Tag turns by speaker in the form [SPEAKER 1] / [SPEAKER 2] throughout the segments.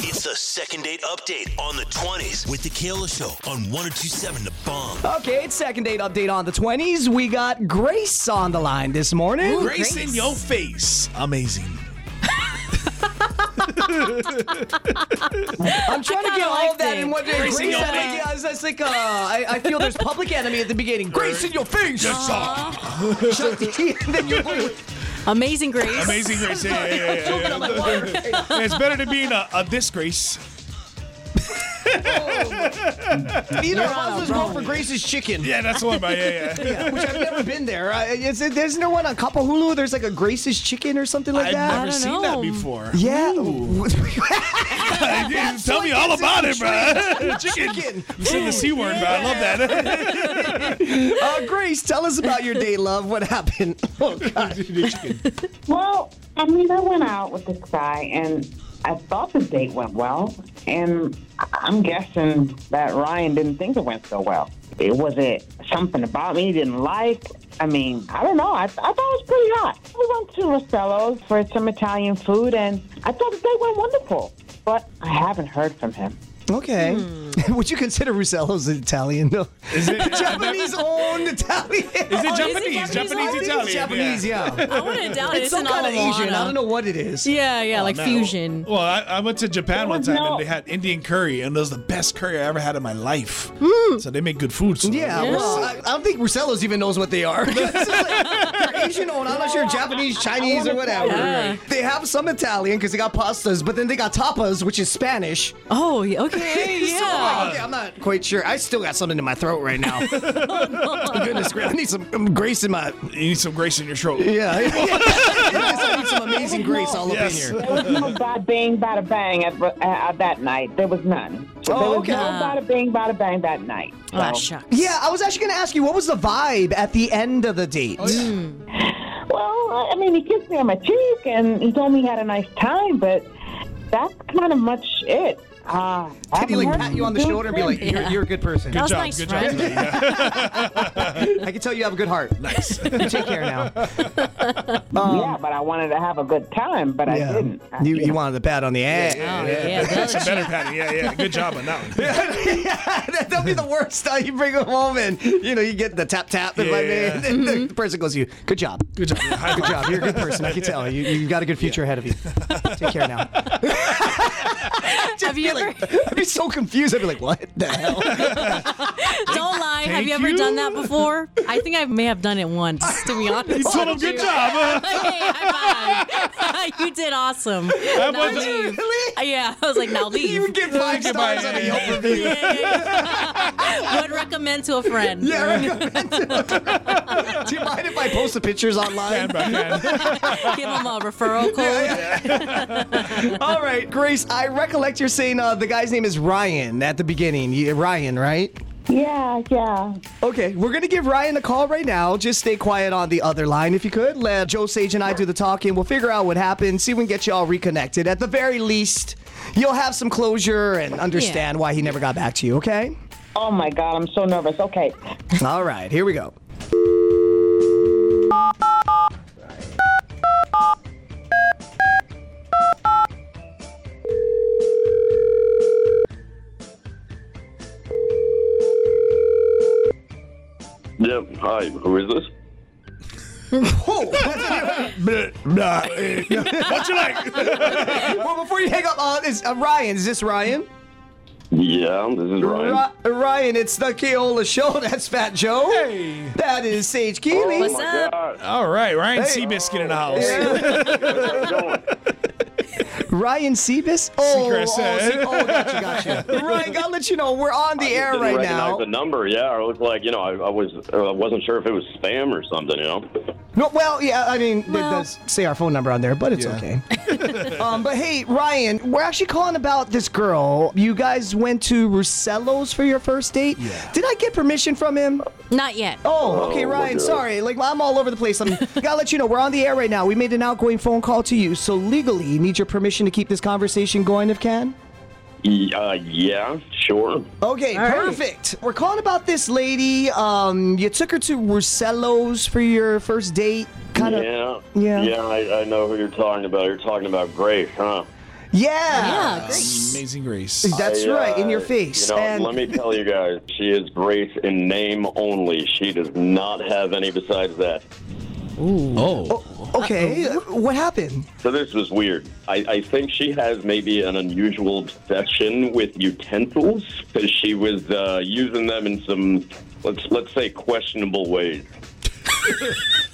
[SPEAKER 1] It's the second date update on the 20s with the Kayla Show on 1027 The Bomb.
[SPEAKER 2] Okay, it's second date update on the 20s. We got Grace on the line this morning.
[SPEAKER 3] Grace, in your face. Amazing.
[SPEAKER 2] I'm trying to
[SPEAKER 4] kinda
[SPEAKER 2] get all
[SPEAKER 4] liked
[SPEAKER 2] of that
[SPEAKER 4] it.
[SPEAKER 2] in one day. Grace,
[SPEAKER 3] Grace in your
[SPEAKER 2] I think,
[SPEAKER 3] face.
[SPEAKER 2] yeah, it's, it's like, uh, I, I feel there's public enemy at the beginning. Grace in your face.
[SPEAKER 3] Yes, sir.
[SPEAKER 2] Chuck D. And then you're like,
[SPEAKER 4] Amazing Grace.
[SPEAKER 3] Amazing Grace. Yeah, yeah, yeah, yeah, yeah.
[SPEAKER 2] I'm like, what?
[SPEAKER 3] Yeah, It's better than being a, a disgrace.
[SPEAKER 2] Either of us was going for Grace's chicken.
[SPEAKER 3] Yeah, that's what I yeah, yeah.
[SPEAKER 2] Which I've never been there. I, is it, isn't there one on Kapahulu? There's like a Grace's chicken or something like
[SPEAKER 3] I've
[SPEAKER 2] that.
[SPEAKER 3] never
[SPEAKER 4] don't
[SPEAKER 3] seen that
[SPEAKER 4] know.
[SPEAKER 3] before.
[SPEAKER 2] yeah.
[SPEAKER 3] You didn't tell me all about it, bro. Chicken.
[SPEAKER 2] Chicken.
[SPEAKER 3] You said the C word, bro. I love that.
[SPEAKER 2] Uh, Grace, tell us about your day, love. What happened? Oh, God.
[SPEAKER 5] Well, I mean, I went out with this guy, and I thought the date went well, and I- I'm guessing that Ryan didn't think it went so well. It was it something about me he didn't like. I mean, I don't know. I, I thought it was pretty hot. We went to Rosello's for some Italian food, and I thought the date went wonderful. But I haven't heard from him.
[SPEAKER 2] Okay.
[SPEAKER 4] Hmm.
[SPEAKER 2] Would you consider Russello's Italian? No.
[SPEAKER 3] Is it, is
[SPEAKER 2] Japanese owned Italian.
[SPEAKER 3] it
[SPEAKER 4] is it
[SPEAKER 3] Japanese?
[SPEAKER 4] Japanese?
[SPEAKER 3] Japanese,
[SPEAKER 4] I think it's
[SPEAKER 3] Italian.
[SPEAKER 2] Oh, Japanese,
[SPEAKER 3] yeah.
[SPEAKER 2] yeah.
[SPEAKER 4] I wouldn't doubt it.
[SPEAKER 2] It's,
[SPEAKER 4] It's,
[SPEAKER 2] some
[SPEAKER 4] an
[SPEAKER 2] kind of Asian. I don't know what it is.
[SPEAKER 4] Yeah, yeah, like
[SPEAKER 3] Oh, No.
[SPEAKER 4] fusion.
[SPEAKER 3] Well, I, I went to Japan one time
[SPEAKER 5] no-
[SPEAKER 3] and they had Indian curry, and it was the best curry I ever had in my life. So they make good food. So
[SPEAKER 2] Yeah, well, I, I don't think Russello's even knows what they are. It's just like, they're Asian owned, I'm not sure Japanese, Chinese, or whatever.
[SPEAKER 4] Yeah.
[SPEAKER 2] They have some Italian because they got pastas, but then they got tapas, which is Spanish.
[SPEAKER 4] Oh, yeah, okay,
[SPEAKER 2] So, like,
[SPEAKER 4] yeah.
[SPEAKER 2] okay, I'm not quite sure. I still got something in my throat right now.
[SPEAKER 4] Oh,
[SPEAKER 2] Goodness gracious, I need some um, grace in my.
[SPEAKER 3] you need some grace in your throat.
[SPEAKER 2] Yeah, I need some amazing grace all
[SPEAKER 3] Yes.
[SPEAKER 2] up in here.
[SPEAKER 5] There was no bada bing, bada bang at, at, at that night. There was none.
[SPEAKER 2] Oh,
[SPEAKER 5] there was
[SPEAKER 2] okay.
[SPEAKER 5] no bada bing, bada bang that night.
[SPEAKER 4] Ah,
[SPEAKER 5] So-
[SPEAKER 4] shucks.
[SPEAKER 2] Yeah, I was actually going to ask you what was the vibe at the end of the date.
[SPEAKER 5] Well, I mean, he kissed me on my cheek and he told me he had a nice time, but that's kind of much it. Uh, I
[SPEAKER 2] Did he like
[SPEAKER 5] haven't
[SPEAKER 2] pat
[SPEAKER 5] heard
[SPEAKER 2] you on the
[SPEAKER 5] from
[SPEAKER 2] shoulder and be like,
[SPEAKER 5] since.
[SPEAKER 2] "You're, you're a good person"?
[SPEAKER 4] That was
[SPEAKER 3] job,
[SPEAKER 4] nice,
[SPEAKER 3] good job.
[SPEAKER 4] right?
[SPEAKER 2] I can tell you have a good heart. Nice. you take care now.
[SPEAKER 5] yeah, but I wanted to have a good time, but I didn't. I-
[SPEAKER 2] um, You, you wanted the pat on the ass.
[SPEAKER 4] Oh, yeah,
[SPEAKER 3] That's a
[SPEAKER 4] that's
[SPEAKER 3] better patty. Yeah, yeah. Good job on that one.
[SPEAKER 2] that will be the worst. Uh, you bring them home and you know you get the tap tap. Yeah.
[SPEAKER 3] Yeah.
[SPEAKER 2] and then
[SPEAKER 4] Mm-hmm.
[SPEAKER 2] the person goes, to "You good job, good
[SPEAKER 3] Good job. Yeah, high five.
[SPEAKER 2] job. You're a good person. I can tell you. You have got a good future ahead of you. Take care now."
[SPEAKER 4] Have you ever,
[SPEAKER 2] I'd be so confused. I'd be like, "What the hell?"
[SPEAKER 4] don't lie, have
[SPEAKER 3] Thank
[SPEAKER 4] you ever done that
[SPEAKER 3] you.
[SPEAKER 4] before? I think I may have done it once, to be honest.
[SPEAKER 3] You told him
[SPEAKER 4] with you.
[SPEAKER 3] good job. huh?
[SPEAKER 4] Hey, high five. you did awesome. Now
[SPEAKER 3] wasn't-
[SPEAKER 4] leave. Uh,
[SPEAKER 2] really?
[SPEAKER 4] Yeah, I was like, now leave.
[SPEAKER 2] You would get five
[SPEAKER 3] Goodbye.
[SPEAKER 2] stars on a Yelp review.
[SPEAKER 4] Yeah, yeah, yeah. Would recommend to a friend.
[SPEAKER 2] Yeah, I recommend it. Do you mind if I post the pictures online?
[SPEAKER 3] Hand by hand.
[SPEAKER 4] Give them a referral code.
[SPEAKER 2] All right, Grace. I recollect you're saying uh, the guy's name is Ryan at the beginning. You- Ryan, right?
[SPEAKER 5] Yeah, yeah.
[SPEAKER 2] Okay, we're gonna give Ryan a call right now. Just stay quiet on the other line if you could. Let Joe Sage and I do the talking. We'll figure out what happened, see if we can get you all reconnected. At the very least, you'll have some closure and understand why he never got back to you, okay?
[SPEAKER 5] Oh my God, I'm so nervous. Okay.
[SPEAKER 2] all right, here we go.
[SPEAKER 6] Yep. Hi. Who is this?
[SPEAKER 3] Blah, blah, eh. what you like?
[SPEAKER 2] Well, before you hang up, uh, is, uh, Ryan, is this Ryan?
[SPEAKER 6] Yeah, this is Ryan.
[SPEAKER 2] Ri- Ryan, it's the Keola Show. That's Fat Joe.
[SPEAKER 3] Hey.
[SPEAKER 2] That is Sage
[SPEAKER 6] Oh
[SPEAKER 2] Keeley.
[SPEAKER 6] my
[SPEAKER 4] up?
[SPEAKER 6] God.
[SPEAKER 3] All right, Ryan
[SPEAKER 2] Hey.
[SPEAKER 3] Seabiscuit in the house.
[SPEAKER 6] How's it going?
[SPEAKER 2] Ryan Seabis? Oh, oh,
[SPEAKER 3] Seacrest, eh?
[SPEAKER 2] Se- oh, gotcha, gotcha. Ryan, gotta let you know we're on the air
[SPEAKER 6] Didn't
[SPEAKER 2] right
[SPEAKER 6] recognize
[SPEAKER 2] now.
[SPEAKER 6] the number. Yeah, it looked like you know I, I was uh, I wasn't sure if it was spam or something. You know.
[SPEAKER 2] No, well, yeah, I mean, it
[SPEAKER 4] Well-
[SPEAKER 2] does say our phone number on there, but it's
[SPEAKER 3] Yeah.
[SPEAKER 2] okay. um, but hey, Ryan, we're actually calling about this girl. You guys went to Russello's for your first date.
[SPEAKER 3] Yeah.
[SPEAKER 2] Did I get permission from him?
[SPEAKER 4] Not yet.
[SPEAKER 2] Oh, okay,
[SPEAKER 6] Oh,
[SPEAKER 2] Ryan.
[SPEAKER 6] okay.
[SPEAKER 2] Sorry, like I'm all over the place. I'm gotta let you know we're on the air right now. We made an outgoing phone call to you, so legally you need your permission to keep this conversation going, if can.
[SPEAKER 6] Y- Uh, yeah, sure.
[SPEAKER 2] Okay, perfect. We're calling about this lady. Um, you took her to Russello's for your first date. Kind of.
[SPEAKER 6] yeah.
[SPEAKER 2] yeah.
[SPEAKER 6] Yeah. I, I know who you're talking about. You're talking about Grace, huh?
[SPEAKER 2] Yeah.
[SPEAKER 4] Yeah, great.
[SPEAKER 3] Amazing Grace.
[SPEAKER 2] That's
[SPEAKER 6] I, uh,
[SPEAKER 2] right, in your face.
[SPEAKER 6] You know,
[SPEAKER 2] and
[SPEAKER 6] let me tell you guys, she is Grace in name only. She does not have any besides that.
[SPEAKER 7] Oh,
[SPEAKER 2] okay, what happened?
[SPEAKER 6] So this was weird. I, I think she has maybe an unusual obsession with utensils because she was uh, using them in some let's let's say questionable ways.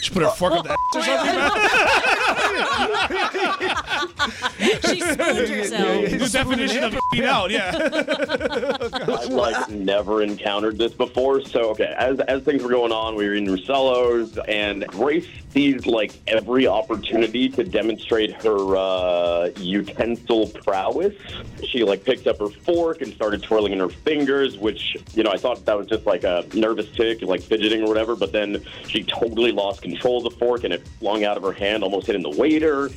[SPEAKER 3] She put her fork up that or something.
[SPEAKER 4] She spooned herself.
[SPEAKER 7] the definition of being out. Yeah.
[SPEAKER 6] I've like never encountered this before. So okay, as as things were going on, we were in Russello's, and Grace seized like every opportunity to demonstrate her uh, utensil prowess. She like picked up her fork and started twirling in her fingers, which you know I thought that was just like a nervous tick, like fidgeting or whatever. But then she totally lost control of the fork, and it flung out of her hand, almost hitting the waiter.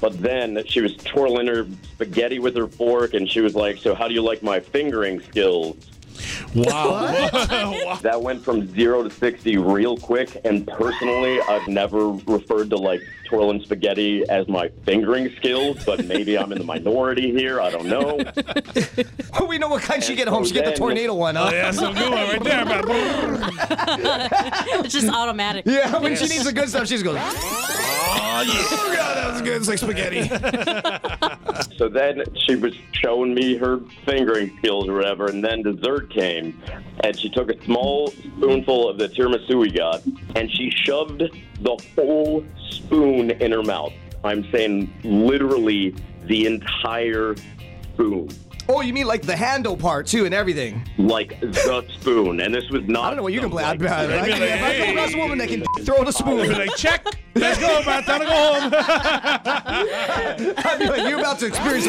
[SPEAKER 6] But then she was twirling her spaghetti with her fork, and she was like, "So how do you like my fingering skills?"
[SPEAKER 7] Wow.
[SPEAKER 6] That went from zero to sixty real quick. And personally, I've never referred to like twirling spaghetti as my fingering skills, but maybe I'm in the minority here. I don't know.
[SPEAKER 2] we know what kind she
[SPEAKER 6] And
[SPEAKER 2] get
[SPEAKER 6] Oh,
[SPEAKER 2] home.
[SPEAKER 6] so
[SPEAKER 2] She get the
[SPEAKER 6] then-
[SPEAKER 2] tornado one, huh?
[SPEAKER 7] Oh, That's a good one right there. man.
[SPEAKER 4] It's just automatic.
[SPEAKER 2] Yeah, when she needs the good stuff, she's going.
[SPEAKER 3] Oh, yeah. God, that was good. It's like spaghetti.
[SPEAKER 6] So then she was showing me her fingering skills or whatever, and then dessert came, and she took a small spoonful of the tiramisu we got, and she shoved the whole spoon in her mouth. I'm saying literally the entire spoon,
[SPEAKER 2] Oh, you mean like the handle part too and everything?
[SPEAKER 6] like the spoon. And this was not.
[SPEAKER 2] I don't know what you can play. I'd be like,
[SPEAKER 7] like,
[SPEAKER 2] if I come across a woman that can throw the
[SPEAKER 7] Be
[SPEAKER 2] spoon,
[SPEAKER 7] like, check. Let's go, man. Time to go home.
[SPEAKER 2] I'd be like, you're about to experience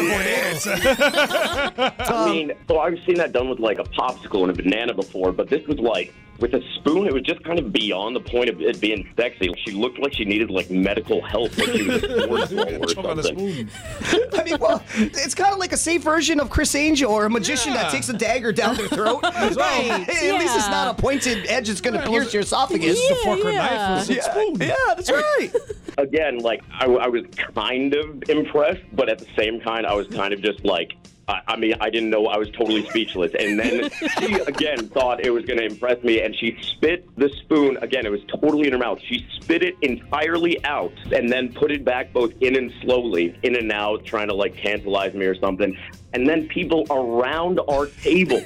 [SPEAKER 2] a tornado.
[SPEAKER 6] I mean, so I've seen that done with like a popsicle and a banana before, but this was like with a spoon. It was just kind of beyond the point of it being sexy. She looked like she needed like medical help. Like she was forced
[SPEAKER 3] Choke
[SPEAKER 6] or
[SPEAKER 3] on a
[SPEAKER 6] something.
[SPEAKER 3] spoon.
[SPEAKER 2] I mean, well, it's kind of like a safe version of Chris Angel or a magician
[SPEAKER 7] Yeah.
[SPEAKER 2] that takes a dagger down their throat. right. At least it's
[SPEAKER 4] yeah.
[SPEAKER 2] not a pointed edge that's going to pierce your esophagus.
[SPEAKER 4] Yeah,
[SPEAKER 3] Fork or knife or
[SPEAKER 4] yeah.
[SPEAKER 3] some spoon.
[SPEAKER 2] Yeah, that's right.
[SPEAKER 6] Again, like I, I was kind of impressed, but at the same time, I was kind of just like. I I mean, I didn't know. I was totally speechless. And then she again thought it was going to impress me, and she spit the spoon again. It was totally in her mouth. She spit it entirely out, and then put it back both in and slowly, in and out, trying to like tantalize me or something. And then people around our table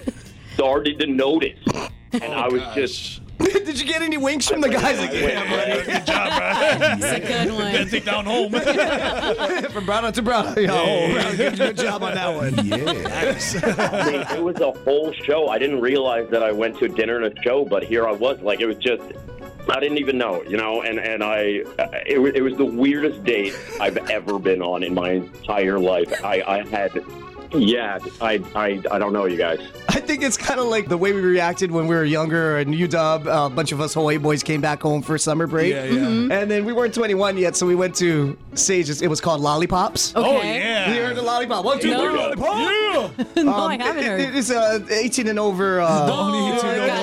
[SPEAKER 6] started to notice, and I was just
[SPEAKER 2] Did you get any winks from the guys again?
[SPEAKER 7] Good job, bro.
[SPEAKER 4] It's a good
[SPEAKER 7] Gotta
[SPEAKER 4] one.
[SPEAKER 7] take down home.
[SPEAKER 2] from Brownout to Brownout. Yeah, oh, Brownout, good, good job on that one.
[SPEAKER 6] I mean, it was a whole show. I didn't realize that I went to dinner and a show, but here I was. Like it was just, I didn't even know, you know. And and I, it was, it was the weirdest date I've ever been on in my entire life. I I had, yeah, I I I don't know, you guys.
[SPEAKER 2] I think it's kind of like the way we reacted when we were younger and UW, uh, a bunch of us Hawaii boys came back home for summer break. Mm-hmm.
[SPEAKER 3] Yeah, yeah.
[SPEAKER 2] And then we weren't 21 yet, so we went to Sage's. It was called Lollipops.
[SPEAKER 4] Okay.
[SPEAKER 7] Oh, yeah.
[SPEAKER 2] You heard the lollipop. One, two, three,
[SPEAKER 4] No.
[SPEAKER 2] lollipop.
[SPEAKER 4] No, I haven't
[SPEAKER 2] It- it
[SPEAKER 4] heard.
[SPEAKER 2] is uh, 18 and over. Uh,
[SPEAKER 7] Um,
[SPEAKER 3] Oh,
[SPEAKER 7] Only two
[SPEAKER 4] yeah,
[SPEAKER 7] number one.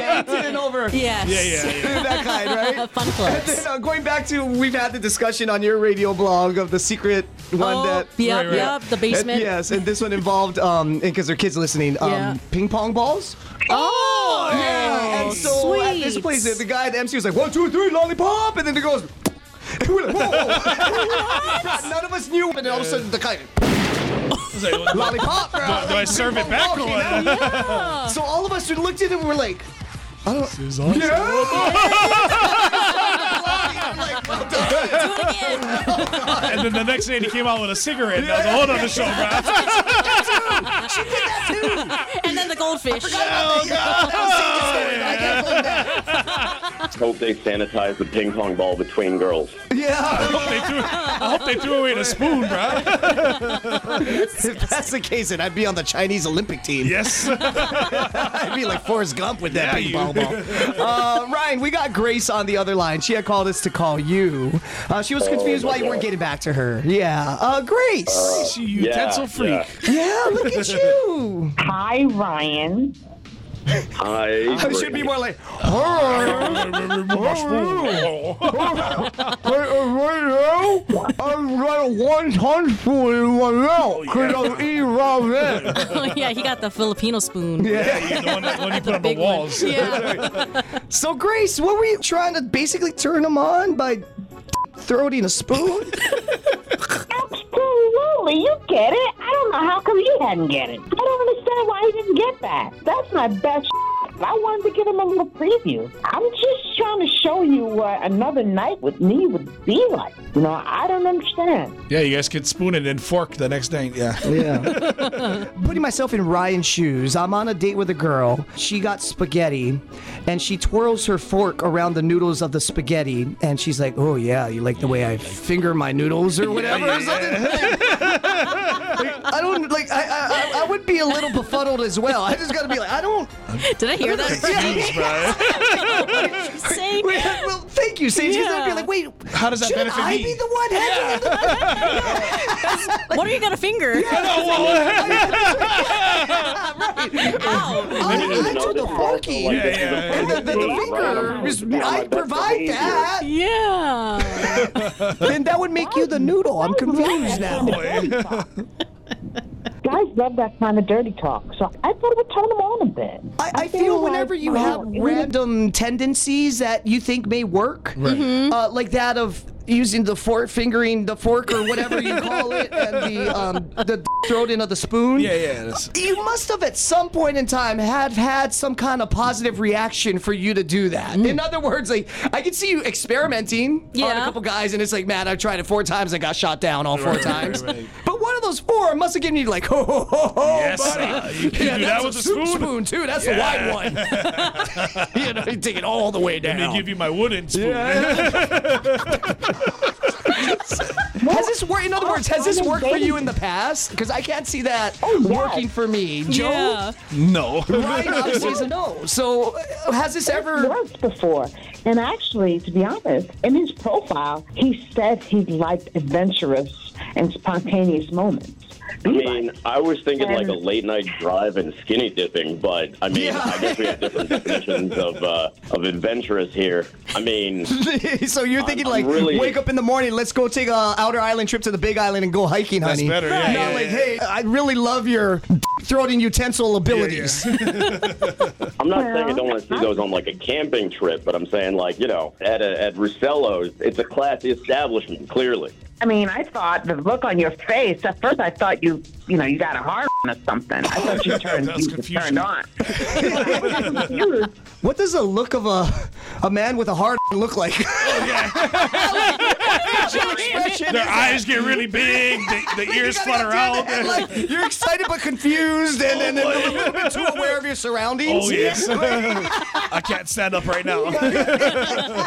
[SPEAKER 2] yeah, 18 and over.
[SPEAKER 4] Yes.
[SPEAKER 7] Yeah, yeah, yeah.
[SPEAKER 2] That kind, right?
[SPEAKER 4] Fun
[SPEAKER 2] And
[SPEAKER 4] clubs.
[SPEAKER 2] then, uh, going back to, we've had the discussion on your radio blog of the secret one
[SPEAKER 4] Oh,
[SPEAKER 2] that.
[SPEAKER 4] yep,
[SPEAKER 7] right, right.
[SPEAKER 4] yep. The
[SPEAKER 2] And-
[SPEAKER 4] basement.
[SPEAKER 2] yes, and this one involved, um, because there are kids listening, um,
[SPEAKER 4] Yeah.
[SPEAKER 2] ping pong balls.
[SPEAKER 4] Oh,
[SPEAKER 2] and so at this
[SPEAKER 4] sweet.
[SPEAKER 2] place, the guy at the MC was like, one, two, three, lollipop, and then it goes. And we're like, whoa! None of us knew, and then all of a sudden the guy,
[SPEAKER 7] It's like, well,
[SPEAKER 2] lollipop. bro.
[SPEAKER 7] do I serve it back or what?
[SPEAKER 4] Yeah.
[SPEAKER 2] So all of us looked at him, and we're like, I
[SPEAKER 3] It
[SPEAKER 2] don't.
[SPEAKER 3] was awesome.
[SPEAKER 2] Yeah.
[SPEAKER 4] Do it again.
[SPEAKER 7] And then the next day, he came out with a cigarette. That was a whole other show, bro.
[SPEAKER 4] And then the goldfish.
[SPEAKER 6] Hope they sanitize the ping pong ball between girls.
[SPEAKER 2] yeah.
[SPEAKER 7] They threw- I hope they threw away the spoon, bro.
[SPEAKER 2] If that's the case, then I'd be on the Chinese Olympic team.
[SPEAKER 7] Yes.
[SPEAKER 2] I'd be like Forrest Gump with that
[SPEAKER 7] Yeah,
[SPEAKER 2] ping
[SPEAKER 7] you-
[SPEAKER 2] pong ball. Uh, Ryan, we got Grace on the other line. She had called us to call you. Uh, she was confused
[SPEAKER 6] my
[SPEAKER 2] why you weren't
[SPEAKER 6] God.
[SPEAKER 2] getting back to her. Yeah. Uh, Grace.
[SPEAKER 7] She utensil
[SPEAKER 6] yeah.
[SPEAKER 7] freak.
[SPEAKER 2] yeah, look at you.
[SPEAKER 5] Hi, Ryan.
[SPEAKER 6] I,
[SPEAKER 2] I should be more like. I've got one ton spoon in my mouth because I'm eating ramen.
[SPEAKER 4] Oh, yeah, he got the Filipino spoon.
[SPEAKER 7] Yeah, the one that when you put on the
[SPEAKER 4] Big one.
[SPEAKER 7] walls.
[SPEAKER 4] Yeah.
[SPEAKER 2] So, Grace, what were you trying to basically turn him on by throating a spoon?
[SPEAKER 5] Absolutely, you get it. I don't know how come you hadn't get it. I don't understand why he didn't get that. That's my best. I wanted to give him a little preview. I'm just trying to show you what another night with me would be like. You know, I don't understand.
[SPEAKER 7] Yeah, you guys could spoon it and fork the next night. Yeah.
[SPEAKER 2] Yeah. Putting myself in Ryan's shoes, I'm on a date with a girl. She got spaghetti and she twirls her fork around the noodles of the spaghetti and she's like, Oh, yeah, you like the way I finger my noodles or whatever or something. Like, I don't like, I, I, I- I would be a little befuddled as well. I just gotta be like, I don't.
[SPEAKER 4] Did I hear that?
[SPEAKER 7] Jeez, bro.
[SPEAKER 4] Say-
[SPEAKER 2] Well, thank you, Sage. 'cause I'd be
[SPEAKER 4] Yeah.
[SPEAKER 2] like, Wait,
[SPEAKER 7] How does that
[SPEAKER 2] should
[SPEAKER 7] benefit
[SPEAKER 2] I
[SPEAKER 7] me?
[SPEAKER 2] be the one having the
[SPEAKER 4] what are you gonna finger? Ow.
[SPEAKER 2] I,
[SPEAKER 6] Maybe there's
[SPEAKER 2] I do
[SPEAKER 6] another
[SPEAKER 2] the
[SPEAKER 6] part,
[SPEAKER 2] forky.
[SPEAKER 6] like,
[SPEAKER 7] Yeah, yeah,
[SPEAKER 6] this is a-
[SPEAKER 7] yeah.
[SPEAKER 2] And the, the, the finger, is, I provide that.
[SPEAKER 4] Yeah.
[SPEAKER 2] Then that would make you the noodle. I'm confused now.
[SPEAKER 5] Guys love that kind of dirty talk, so I thought it would turn them on a bit.
[SPEAKER 2] I, I feel whenever
[SPEAKER 5] like,
[SPEAKER 2] you
[SPEAKER 5] wow,
[SPEAKER 2] have
[SPEAKER 5] isn't it
[SPEAKER 2] random tendencies that you think may work,
[SPEAKER 7] Mm-hmm.
[SPEAKER 2] uh, like that of using the fork, fingering the fork or whatever you call it, and the um, the throat in of the spoon.
[SPEAKER 3] Yeah, yeah. that's-
[SPEAKER 2] You must have at some point in time had had some kind of positive reaction for you to do that.
[SPEAKER 7] Mm.
[SPEAKER 2] In other words, like I can see you experimenting on a
[SPEAKER 4] Yeah.
[SPEAKER 2] couple guys, and it's like, man, I've tried it four times and got shot down all four
[SPEAKER 7] Right, right,
[SPEAKER 2] times.
[SPEAKER 7] right.
[SPEAKER 2] But one of those four must have given you like, ho ho ho ho,
[SPEAKER 7] Yes,
[SPEAKER 2] buddy.
[SPEAKER 7] uh, you can do that
[SPEAKER 2] that's
[SPEAKER 7] with
[SPEAKER 2] a
[SPEAKER 7] a
[SPEAKER 2] soup
[SPEAKER 7] spoon.
[SPEAKER 2] spoon too. That's the wide one. you know, you take it all the way
[SPEAKER 7] Let
[SPEAKER 2] down.
[SPEAKER 7] me give you my wooden spoon.
[SPEAKER 2] Has this worked? In other words, has this worked for you in the past? Because I can't see that working for me, Joe.
[SPEAKER 4] Yeah.
[SPEAKER 7] No.
[SPEAKER 2] Ryan obviously is a no. So uh, has this ever?
[SPEAKER 5] worked before. And actually, to be honest, in his profile, he said he liked adventurous and spontaneous moments.
[SPEAKER 6] I mean, I was thinking like a late night drive and skinny dipping, but I mean,
[SPEAKER 2] Yeah.
[SPEAKER 6] I guess we have different definitions of uh, of adventurous here. I mean,
[SPEAKER 2] so you're thinking
[SPEAKER 6] I'm
[SPEAKER 2] like,
[SPEAKER 6] really-
[SPEAKER 2] wake up in the morning, let's go take a outer island trip to the Big Island and go hiking,
[SPEAKER 7] That's
[SPEAKER 2] honey.
[SPEAKER 7] better,
[SPEAKER 2] Not
[SPEAKER 7] yeah, yeah,
[SPEAKER 2] like,
[SPEAKER 7] yeah.
[SPEAKER 2] hey, I really love your throating utensil abilities.
[SPEAKER 6] I'm not saying I
[SPEAKER 5] Well,
[SPEAKER 6] don't want to see those on like a camping trip, but I'm saying like you know, at a, at Russello's, it's a classy establishment. Clearly,
[SPEAKER 5] I mean, I thought the look on your face. At first, I thought you, you know, you got a hard on or something. I thought you turned,
[SPEAKER 7] That was
[SPEAKER 5] you just
[SPEAKER 7] confusion.
[SPEAKER 5] turned on. I was confused.
[SPEAKER 2] What does the look of a a man with a hard look like?
[SPEAKER 7] Oh,
[SPEAKER 2] Facial expression
[SPEAKER 7] Their
[SPEAKER 2] is-
[SPEAKER 7] eyes get really big. The, the ears flutter out.
[SPEAKER 2] And, like, you're excited but confused, and then and a little bit too aware of your surroundings.
[SPEAKER 7] Oh yes. I can't stand up right now.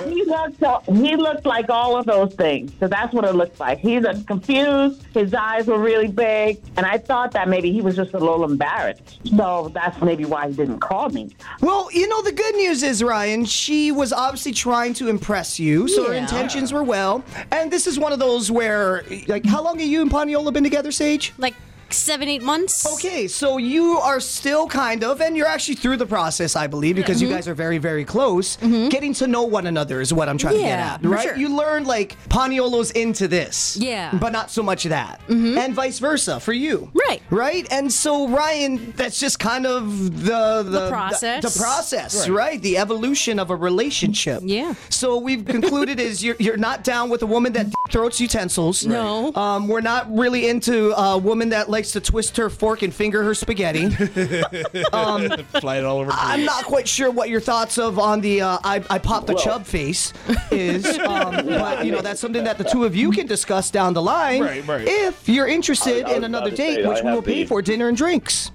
[SPEAKER 5] He looked, so- he looked like all of those things. So that's what it looks like. He looked confused. His eyes were really big. And I thought that maybe he was just a little embarrassed. So that's maybe why he didn't call me.
[SPEAKER 2] Well, you know, the good news is, Ryan, she was obviously trying to impress you, so her
[SPEAKER 4] Yeah.
[SPEAKER 2] intentions were well. And this is one of those where, like, how long have you and Paniola been together, Sage?
[SPEAKER 4] Like seven, eight months.
[SPEAKER 2] Okay, so you are still kind of, and you're actually through the process, I believe, because
[SPEAKER 4] Mm-hmm.
[SPEAKER 2] you guys are very, very close. Getting to know one another is what I'm trying
[SPEAKER 4] Yeah,
[SPEAKER 2] to get at,
[SPEAKER 4] for
[SPEAKER 2] right?
[SPEAKER 4] sure.
[SPEAKER 2] You learn like Paniolo's into this,
[SPEAKER 4] Yeah. Mm-hmm.
[SPEAKER 2] but not so much that, and vice versa for you,
[SPEAKER 4] Right.
[SPEAKER 2] Right, and so Ryan, that's just kind of the the,
[SPEAKER 4] process.
[SPEAKER 2] the, process, right. The evolution of a relationship.
[SPEAKER 4] Yeah.
[SPEAKER 2] So we've concluded is you're you're not down with a woman that throats utensils.
[SPEAKER 4] No.
[SPEAKER 2] Um, we're not really into a woman that likes to twist her fork and finger her spaghetti.
[SPEAKER 7] Fly it all over.
[SPEAKER 2] I'm not quite sure what your thoughts of on the uh, I, I popped the chub face is, um, but you know that's something that the two of you can discuss down the line
[SPEAKER 7] Right, right.
[SPEAKER 2] if you're interested
[SPEAKER 6] I- I was
[SPEAKER 2] in another
[SPEAKER 6] about to say,
[SPEAKER 2] date,
[SPEAKER 6] I
[SPEAKER 2] which we
[SPEAKER 6] have
[SPEAKER 2] will pay
[SPEAKER 6] the-
[SPEAKER 2] for dinner and drinks.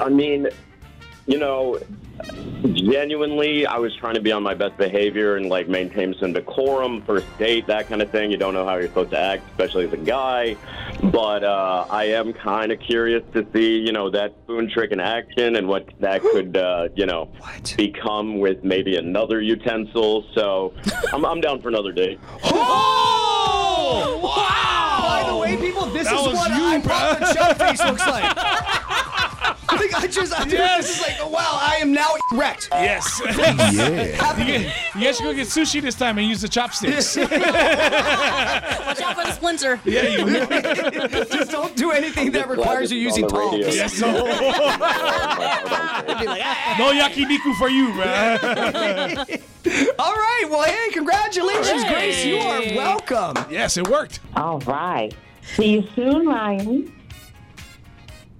[SPEAKER 6] I mean, you know, genuinely, I was trying to be on my best behavior and like maintain some decorum, first date, that kind of thing. You don't know how you're supposed to act, especially as a guy. But uh, I am kind of curious to see, you know, that spoon trick in action and what that could, uh, you know,
[SPEAKER 2] What?
[SPEAKER 6] become with maybe another utensil. So I'm, I'm down for another date.
[SPEAKER 7] Oh!
[SPEAKER 2] By the
[SPEAKER 7] Wow!
[SPEAKER 2] way, people, this
[SPEAKER 7] That
[SPEAKER 2] is
[SPEAKER 7] was
[SPEAKER 2] what
[SPEAKER 7] you,
[SPEAKER 2] I
[SPEAKER 7] bro.
[SPEAKER 2] popped the chub face looks like. I think I just, I think
[SPEAKER 7] Yes.
[SPEAKER 2] this is like, wow, I am am now wrecked.
[SPEAKER 7] Yes. you, get- you guys should go get sushi this time and use the chopsticks.
[SPEAKER 4] Watch out for the splinter.
[SPEAKER 2] Just don't do anything that
[SPEAKER 6] Glad
[SPEAKER 2] requires
[SPEAKER 6] this
[SPEAKER 2] you
[SPEAKER 6] is on
[SPEAKER 2] using
[SPEAKER 6] the radio.
[SPEAKER 2] tongs.
[SPEAKER 7] Yes.
[SPEAKER 2] "Ah."
[SPEAKER 7] no yakiniku for you, man.
[SPEAKER 2] All right. Well, hey, congratulations, Grace. You are welcome.
[SPEAKER 7] yes, it worked.
[SPEAKER 5] All right. See you soon, Ryan.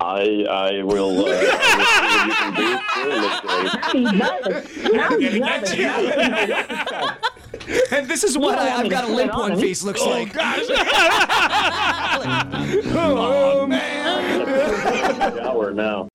[SPEAKER 6] I I will. Uh, I will see what you can do for Miss Grace.
[SPEAKER 5] He's nervous. Now he's nervous. Now he's nervous.
[SPEAKER 2] And this is what
[SPEAKER 5] Yeah,
[SPEAKER 2] I,
[SPEAKER 5] I
[SPEAKER 2] I've
[SPEAKER 5] mean,
[SPEAKER 2] got a
[SPEAKER 5] it's
[SPEAKER 2] limp
[SPEAKER 5] right
[SPEAKER 2] one
[SPEAKER 5] on.
[SPEAKER 2] face
[SPEAKER 7] Oh,
[SPEAKER 2] looks like. oh,
[SPEAKER 6] An hour now.